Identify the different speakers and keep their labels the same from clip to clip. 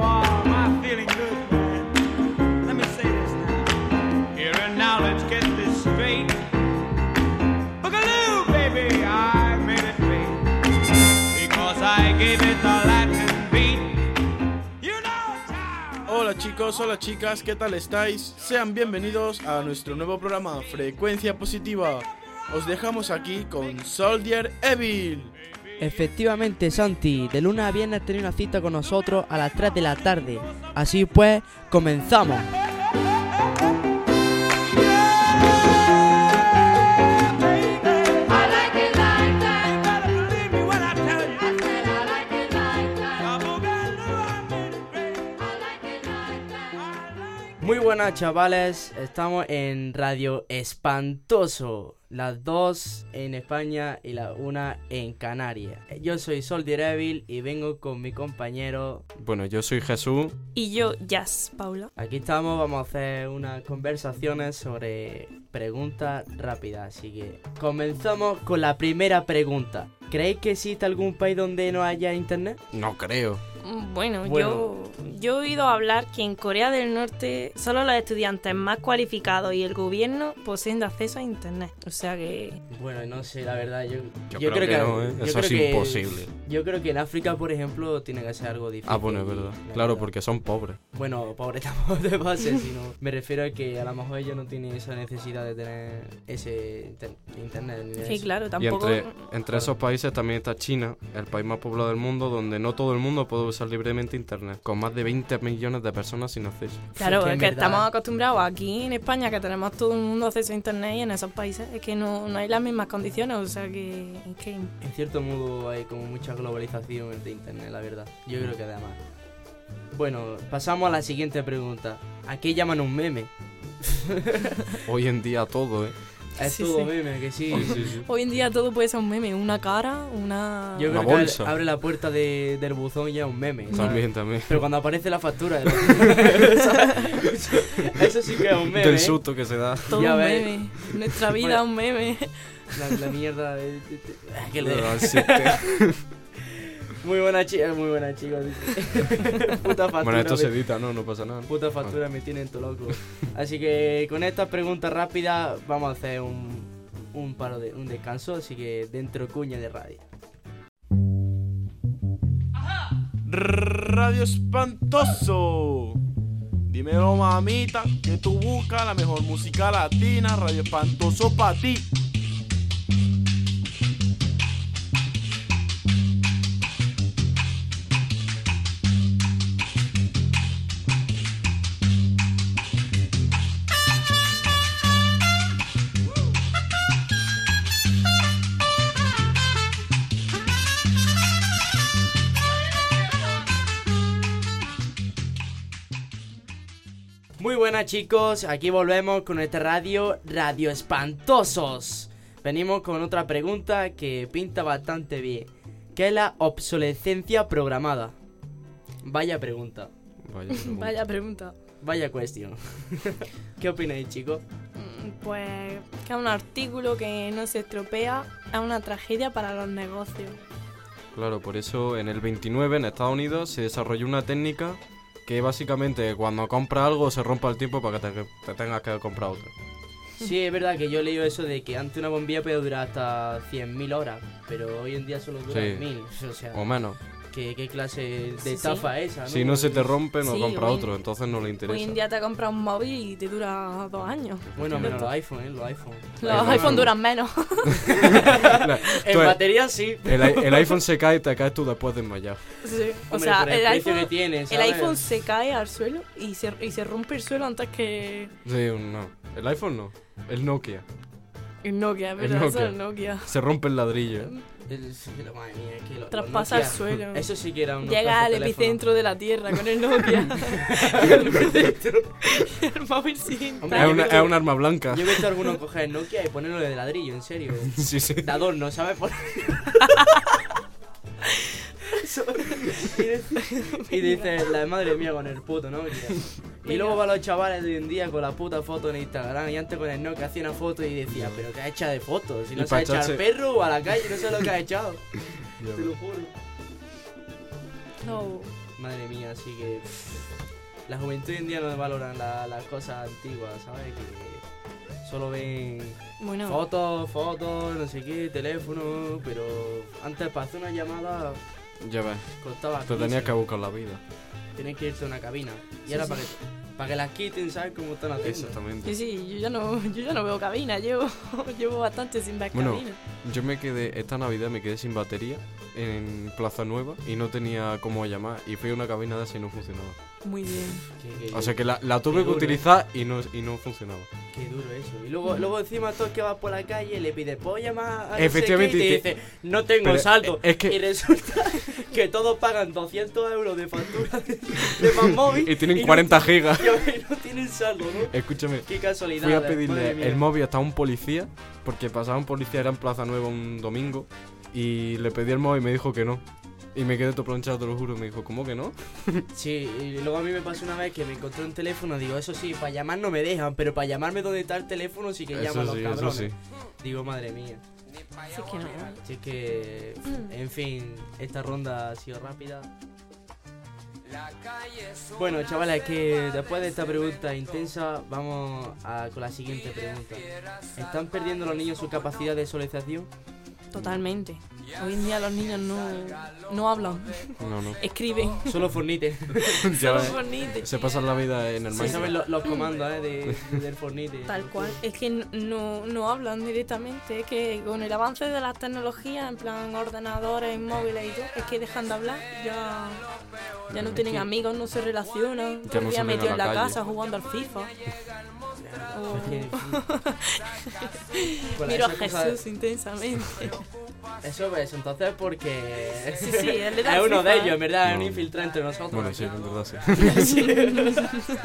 Speaker 1: Oh, give it the Latin beat. You know, child.
Speaker 2: Hola chicos, hola chicas, ¿qué tal estáis? Sean bienvenidos a nuestro nuevo programa Frecuencia Positiva. Os dejamos aquí con Soldier Evil.
Speaker 3: Efectivamente, Santi, de lunes a viernes tenés una cita con nosotros a las 3 de la tarde. Así pues, comenzamos.
Speaker 4: I like it like that.
Speaker 1: Better believe me when I tell you.
Speaker 4: I said I like it like that.
Speaker 1: I'm a man,
Speaker 4: I like it like that.
Speaker 3: Muy buenas, chavales. Estamos en Radio Espantoso. Las dos en España y la una en Canarias. Yo soy Soldier Evil y vengo con mi compañero.
Speaker 5: Bueno, yo soy Jesús.
Speaker 6: Y yo, Jazz, Paula.
Speaker 3: Aquí estamos, vamos a hacer unas conversaciones sobre preguntas rápidas. Así que comenzamos con la primera pregunta. ¿Creéis que existe algún país donde no haya internet?
Speaker 5: No creo.
Speaker 6: Mm, Bueno,
Speaker 3: Bueno.
Speaker 6: Yo, yo he oído hablar que en Corea del Norte solo los estudiantes más cualificados y el gobierno poseen de acceso a Internet. O sea que...
Speaker 3: Bueno, no sé, la verdad. Yo,
Speaker 5: Yo creo que no, ¿eh?
Speaker 3: yo
Speaker 5: Eso es
Speaker 3: creo que-
Speaker 5: imposible.
Speaker 3: Yo creo que en África, por ejemplo, tiene que ser algo difícil.
Speaker 5: Ah, bueno, es verdad.
Speaker 3: la
Speaker 5: Claro,
Speaker 3: verdad.
Speaker 5: porque son pobres.
Speaker 3: Bueno, pobre tampoco de base, sino me refiero a que a lo mejor ellos no tienen esa necesidad de tener ese inter- internet. ni
Speaker 6: Sí,
Speaker 3: eso.
Speaker 6: claro, tampoco...
Speaker 5: Y entre, entre esos países también está China, el país más poblado del mundo, donde no todo el mundo puede usar libremente Internet, con más de 20 millones de personas sin acceso.
Speaker 6: Claro,
Speaker 3: Sí, que
Speaker 6: es
Speaker 3: en
Speaker 6: que
Speaker 3: verdad.
Speaker 6: estamos acostumbrados aquí en España que tenemos todo el mundo acceso a internet y en esos países es que no, no hay las mismas condiciones, o sea que, es que
Speaker 3: En cierto modo hay como mucha globalización de internet, la verdad. Yo creo que además. Bueno, pasamos a la siguiente pregunta. ¿A qué llaman un meme?
Speaker 5: Hoy en día todo, ¿eh?
Speaker 3: Es
Speaker 6: Sí,
Speaker 3: todo
Speaker 6: sí.
Speaker 3: meme, que sí.
Speaker 6: hoy en día todo puede ser un meme, una cara, una...
Speaker 3: Yo creo que
Speaker 5: Una
Speaker 3: abre-
Speaker 5: bolsa.
Speaker 3: abre la puerta de- del buzón y ya es un meme. ¿sabes?
Speaker 5: También, también.
Speaker 3: Pero cuando aparece la factura. ¿sabes? Eso sí que es un meme.
Speaker 5: Del
Speaker 3: ¿eh?
Speaker 5: susto que se da.
Speaker 6: todo
Speaker 3: ya
Speaker 6: un
Speaker 3: ves.
Speaker 6: meme, nuestra vida un meme.
Speaker 3: La, la mierda de- de- de- Ah, que le-
Speaker 5: Al sistema.
Speaker 3: Muy buena chica, muy buena chica. Puta factura.
Speaker 5: bueno, esto
Speaker 3: me-
Speaker 5: se edita, ¿no? No pasa nada.
Speaker 3: Puta factura me tienen todo loco. Así que con estas preguntas rápidas vamos a hacer un, un paro de un descanso, así que dentro cuña de radio.
Speaker 2: Radio Espantoso. Dímelo, mamita, que tú buscas la mejor música latina. Radio Espantoso para ti.
Speaker 3: Muy buenas chicos, aquí volvemos con este radio Radio Espantosos. Venimos con otra pregunta que pinta bastante bien, que es la obsolescencia programada. Vaya pregunta,
Speaker 5: Vaya, pregunta.
Speaker 6: Vaya pregunta.
Speaker 3: vaya cuestión. ¿Qué opináis chicos?
Speaker 6: Mm, Pues que es un artículo que no se estropea es una tragedia para los negocios.
Speaker 5: Claro, por eso en el 29 en Estados Unidos se desarrolló una técnica que básicamente cuando compra algo se rompa el tiempo para que te, te tengas que comprar otro.
Speaker 3: Sí, es verdad que yo he leído eso de que antes una bombilla podía durar hasta 100.000 horas, pero hoy en día solo dura
Speaker 5: Sí.
Speaker 3: 1.000. O sea,
Speaker 5: O menos.
Speaker 3: ¿qué, qué clase de
Speaker 6: Sí,
Speaker 3: estafa es esa?
Speaker 5: Si Ah, no se te rompe, no
Speaker 6: Sí,
Speaker 5: compra
Speaker 6: hoy-
Speaker 5: otro, entonces no le interesa.
Speaker 6: Hoy en día te compras un móvil y te dura dos años.
Speaker 3: Bueno, menos los iPhone, ¿eh? Los iPhone.
Speaker 6: Los
Speaker 5: iPhone-
Speaker 6: iPhone duran menos.
Speaker 5: La-
Speaker 3: En
Speaker 5: tú, el-
Speaker 3: batería sí.
Speaker 5: el, i- el iPhone se cae y te caes tú después de desmayar.
Speaker 6: Sí. O
Speaker 3: Hombre,
Speaker 6: sea,
Speaker 3: por el,
Speaker 6: el
Speaker 3: precio que
Speaker 6: iPhone,
Speaker 3: tiene,
Speaker 6: el
Speaker 3: ¿sabes?
Speaker 6: iPhone se cae al suelo y se, y se rompe el suelo antes que
Speaker 5: Sí, no. El iPhone no. El Nokia.
Speaker 6: el Nokia,
Speaker 5: El
Speaker 6: ¿verdad? Eso
Speaker 5: Nokia.
Speaker 6: es el Nokia.
Speaker 5: Se rompe el ladrillo.
Speaker 3: El- sí, lo- madre mía, es que lo- lo
Speaker 6: Traspasa el
Speaker 3: Nokia.
Speaker 6: suelo.
Speaker 3: Eso sí que era un.
Speaker 6: Llega al
Speaker 3: pedazo de teléfono.
Speaker 6: epicentro de la Tierra con el Nokia. el epicentro. el móvil sin
Speaker 3: Hombre,
Speaker 5: Es,
Speaker 3: yo
Speaker 5: una,
Speaker 3: creo-
Speaker 5: es un arma blanca.
Speaker 3: Yo he visto a alguno coger Nokia y ponerlo de ladrillo, en serio.
Speaker 5: Sí, sí.
Speaker 3: De adorno, ¿sabes? Por- Eso- y dice- y dice, la madre mía con el puto Nokia. Y luego van los chavales de hoy en día con la puta foto en Instagram y antes con el Nokia hacía una foto y decía, pero ¿qué ha hecho de fotos? Si
Speaker 5: Y
Speaker 3: no se
Speaker 5: pa'
Speaker 3: ha echado al
Speaker 5: echarse-
Speaker 3: perro o a la calle, no sé lo que ha echado.
Speaker 5: Ya
Speaker 3: Te lo
Speaker 5: ves.
Speaker 3: juro.
Speaker 6: No.
Speaker 3: Madre mía, así que. La juventud hoy en día no valoran la- las cosas antiguas, ¿sabes? Que solo ven
Speaker 6: Bueno.
Speaker 3: Fotos, fotos, no sé qué, teléfono, pero antes para hacer una llamada
Speaker 5: Ya ves,
Speaker 3: Costaba
Speaker 5: te
Speaker 3: 15.
Speaker 5: tenías que buscar la vida.
Speaker 3: Tienes que irte a una cabina. Y ahora para, que, para que las quiten, ¿sabes cómo están haciendo?
Speaker 5: Exactamente.
Speaker 6: Sí, sí, yo ya no, yo ya no veo cabina, llevo, llevo bastante sin ver
Speaker 5: Bueno,
Speaker 6: cabina.
Speaker 5: Yo me quedé, esta Navidad me quedé sin batería en Plaza Nueva y no tenía cómo llamar. Y fui a una cabina de esa y no funcionaba.
Speaker 6: Muy bien.
Speaker 3: Qué- qué-
Speaker 5: O sea que la, la tuve que
Speaker 3: duro, ¿eh?
Speaker 5: utilizar y no, y no funcionaba.
Speaker 3: Qué duro eso. ¿eh? Y luego, luego encima tú que vas por la calle le pides, ¿puedo llamar a
Speaker 5: Efectivamente,
Speaker 3: no sé qué?",
Speaker 5: y
Speaker 3: Y te dice, no tengo
Speaker 5: Pero,
Speaker 3: saldo.
Speaker 5: eh, es que-
Speaker 3: Y resulta que todos pagan 200 euros de factura de, de más móvil.
Speaker 5: Y tienen 40 gigas.
Speaker 3: No, y no tienen saldo, ¿no?
Speaker 5: Escúchame,
Speaker 3: Qué casualidad.
Speaker 5: fui a pedirle el móvil hasta un policía, porque pasaba un policía, era en Plaza Nueva un domingo, y le pedí el móvil y me dijo que no. Y me quedé todo planchado, te lo juro, me dijo, ¿cómo que no?
Speaker 3: Sí, y luego a mí me pasó una vez que me encontré un teléfono. Digo, eso sí, para llamar no me dejan, pero para llamarme donde está el teléfono sí que llaman
Speaker 5: Eso
Speaker 3: los
Speaker 5: sí, eso
Speaker 3: cabrones.
Speaker 5: sí.
Speaker 3: Digo, madre mía.
Speaker 6: Así que no.
Speaker 3: Así que,
Speaker 6: Mm.
Speaker 3: en fin, esta ronda ha sido rápida. Bueno, chavales, que después de esta pregunta intensa, vamos a- con la siguiente pregunta. ¿Están perdiendo los niños su capacidad de socialización?
Speaker 6: Totalmente. Hoy en día los niños no, no hablan,
Speaker 5: No, no.
Speaker 6: escriben.
Speaker 3: Solo Fornite.
Speaker 5: Ya ves,
Speaker 6: Son bonitos.
Speaker 5: se pasan la vida en el
Speaker 3: No
Speaker 5: Minecraft.
Speaker 3: saben lo- los comandos eh, de, del Fornite.
Speaker 6: Tal cual. Es que no, no hablan directamente. Es que con el avance de las tecnologías, en plan ordenadores, móviles y todo, es que dejan de hablar. Ya, ya no tienen amigos, no se relacionan.
Speaker 5: no
Speaker 6: Todo el día
Speaker 5: salen a
Speaker 6: metido en
Speaker 5: la
Speaker 6: la
Speaker 5: calle.
Speaker 6: casa jugando al FIFA.
Speaker 3: Es que, en
Speaker 6: O-
Speaker 3: fin. Bueno,
Speaker 6: Oh. Miro a
Speaker 3: esas cosas-
Speaker 6: Jesús intensamente.
Speaker 3: Eso es, entonces, porque.
Speaker 6: Sí, sí, él le da
Speaker 3: es
Speaker 6: el
Speaker 3: uno
Speaker 6: FIFA,
Speaker 3: de
Speaker 6: ¿eh?
Speaker 3: ellos, en verdad, es un
Speaker 5: No.
Speaker 3: infiltrante entre nosotros.
Speaker 5: Bueno, sí, en verdad sí.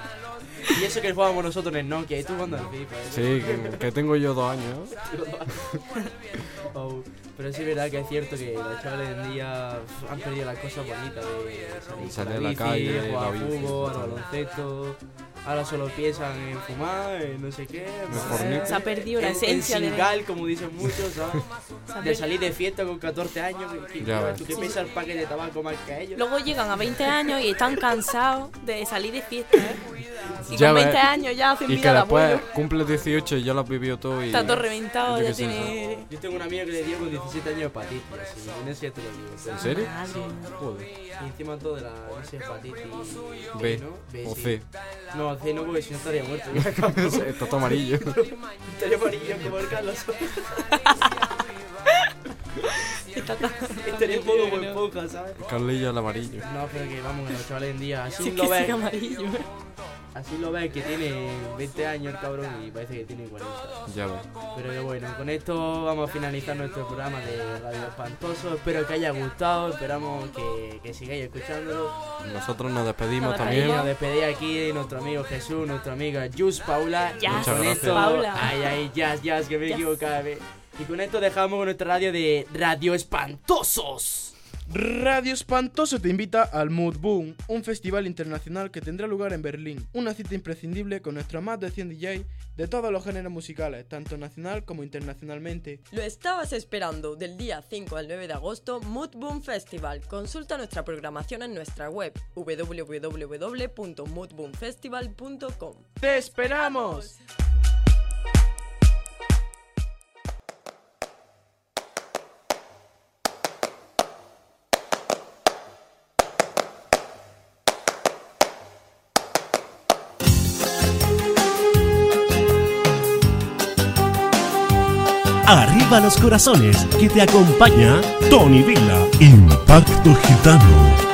Speaker 3: Y eso que jugábamos nosotros en el Nokia, y tú jugando al FIFA. ¿eh?
Speaker 5: Sí, que, que tengo yo dos años.
Speaker 3: Oh, Pero sí es verdad que es cierto que los chavales de hoy en día pf, han perdido las cosas bonitas de
Speaker 5: Salir
Speaker 3: a
Speaker 5: a la calle,
Speaker 3: jugar
Speaker 5: la
Speaker 3: al
Speaker 5: bici,
Speaker 3: fútbol, al
Speaker 5: tal.
Speaker 3: baloncesto. Ahora solo piensan en fumar, en no sé qué. en
Speaker 5: Mejor
Speaker 3: beber,
Speaker 5: ni-
Speaker 6: Se ha perdido la
Speaker 3: en-
Speaker 6: esencia
Speaker 3: En
Speaker 6: de-
Speaker 3: singal, como dicen muchos, ¿sabes? De
Speaker 6: ¿sabes?
Speaker 3: salir de fiesta con 14 años. que- que-
Speaker 5: Ya ves.
Speaker 3: ¿Tú qué piensas el paquete de tabaco más que a ellos?
Speaker 6: Luego llegan a 20 años y están cansados de salir de fiesta. ¿eh? Y
Speaker 5: Ya
Speaker 6: con
Speaker 5: ves.
Speaker 6: 20 años ya hacen
Speaker 5: Y que
Speaker 6: vida de
Speaker 5: después
Speaker 6: abuelo.
Speaker 5: cumple 18 y ya lo has vivido todo y...
Speaker 6: Está todo reventado,
Speaker 5: Yo qué
Speaker 6: ya
Speaker 5: sé,
Speaker 6: tiene.
Speaker 3: Yo tengo un amigo que le dio con 17 años hepatitis, así, y no sé si te lo digo. pero-
Speaker 5: ¿En serio?
Speaker 6: Ah, Madre mía.
Speaker 5: Joder.
Speaker 3: Y encima todo de la, no sé, hepatitis
Speaker 5: B
Speaker 3: ¿no?
Speaker 5: o
Speaker 3: sí.
Speaker 5: C.
Speaker 3: No, C no, porque si no estaría muerto.
Speaker 5: Está todo amarillo.
Speaker 3: estaría amarillo como el Carlos.
Speaker 6: Está tan-
Speaker 3: estaría un poco muy poca, ¿sabes?
Speaker 5: Carlilla el amarillo.
Speaker 3: No, pero que vamos, que los chavales en día, así
Speaker 6: Sí, que
Speaker 3: lo
Speaker 6: sí,
Speaker 3: ves,
Speaker 6: amarillo.
Speaker 3: así lo ves que tiene 20 años el cabrón y parece que tiene 40.
Speaker 5: Ya ves.
Speaker 3: Pero que bueno, con esto vamos a finalizar nuestro programa de Radio Espantoso. Espero que haya gustado, esperamos que, que sigáis escuchándolo.
Speaker 5: Nosotros nos despedimos
Speaker 6: Nos
Speaker 5: también.
Speaker 3: Y nos despedí aquí de nuestro amigo Jesús, nuestra amiga Jus Paula.
Speaker 6: Yas,
Speaker 5: Muchas
Speaker 3: con
Speaker 5: gracias.
Speaker 3: esto,
Speaker 6: Paula.
Speaker 3: Ay, ay, Jazz, Jazz, que me
Speaker 6: Yas.
Speaker 3: equivoco cada vez. Y con esto dejamos con nuestra radio de Radio Espantosos.
Speaker 2: Radio Espantoso te invita al Mood Boom, un festival internacional que tendrá lugar en Berlín. Una cita imprescindible con nuestros más de 100 DJ de todos los géneros musicales, tanto nacional como internacionalmente.
Speaker 7: Lo estabas esperando. Del día 5 al 9 de agosto, Mood Boom Festival. Consulta nuestra programación en nuestra web www.moodboomfestival.com.
Speaker 2: ¡Te esperamos!
Speaker 8: Arriba los corazones que te acompaña Tony Vila. Impacto Gitano.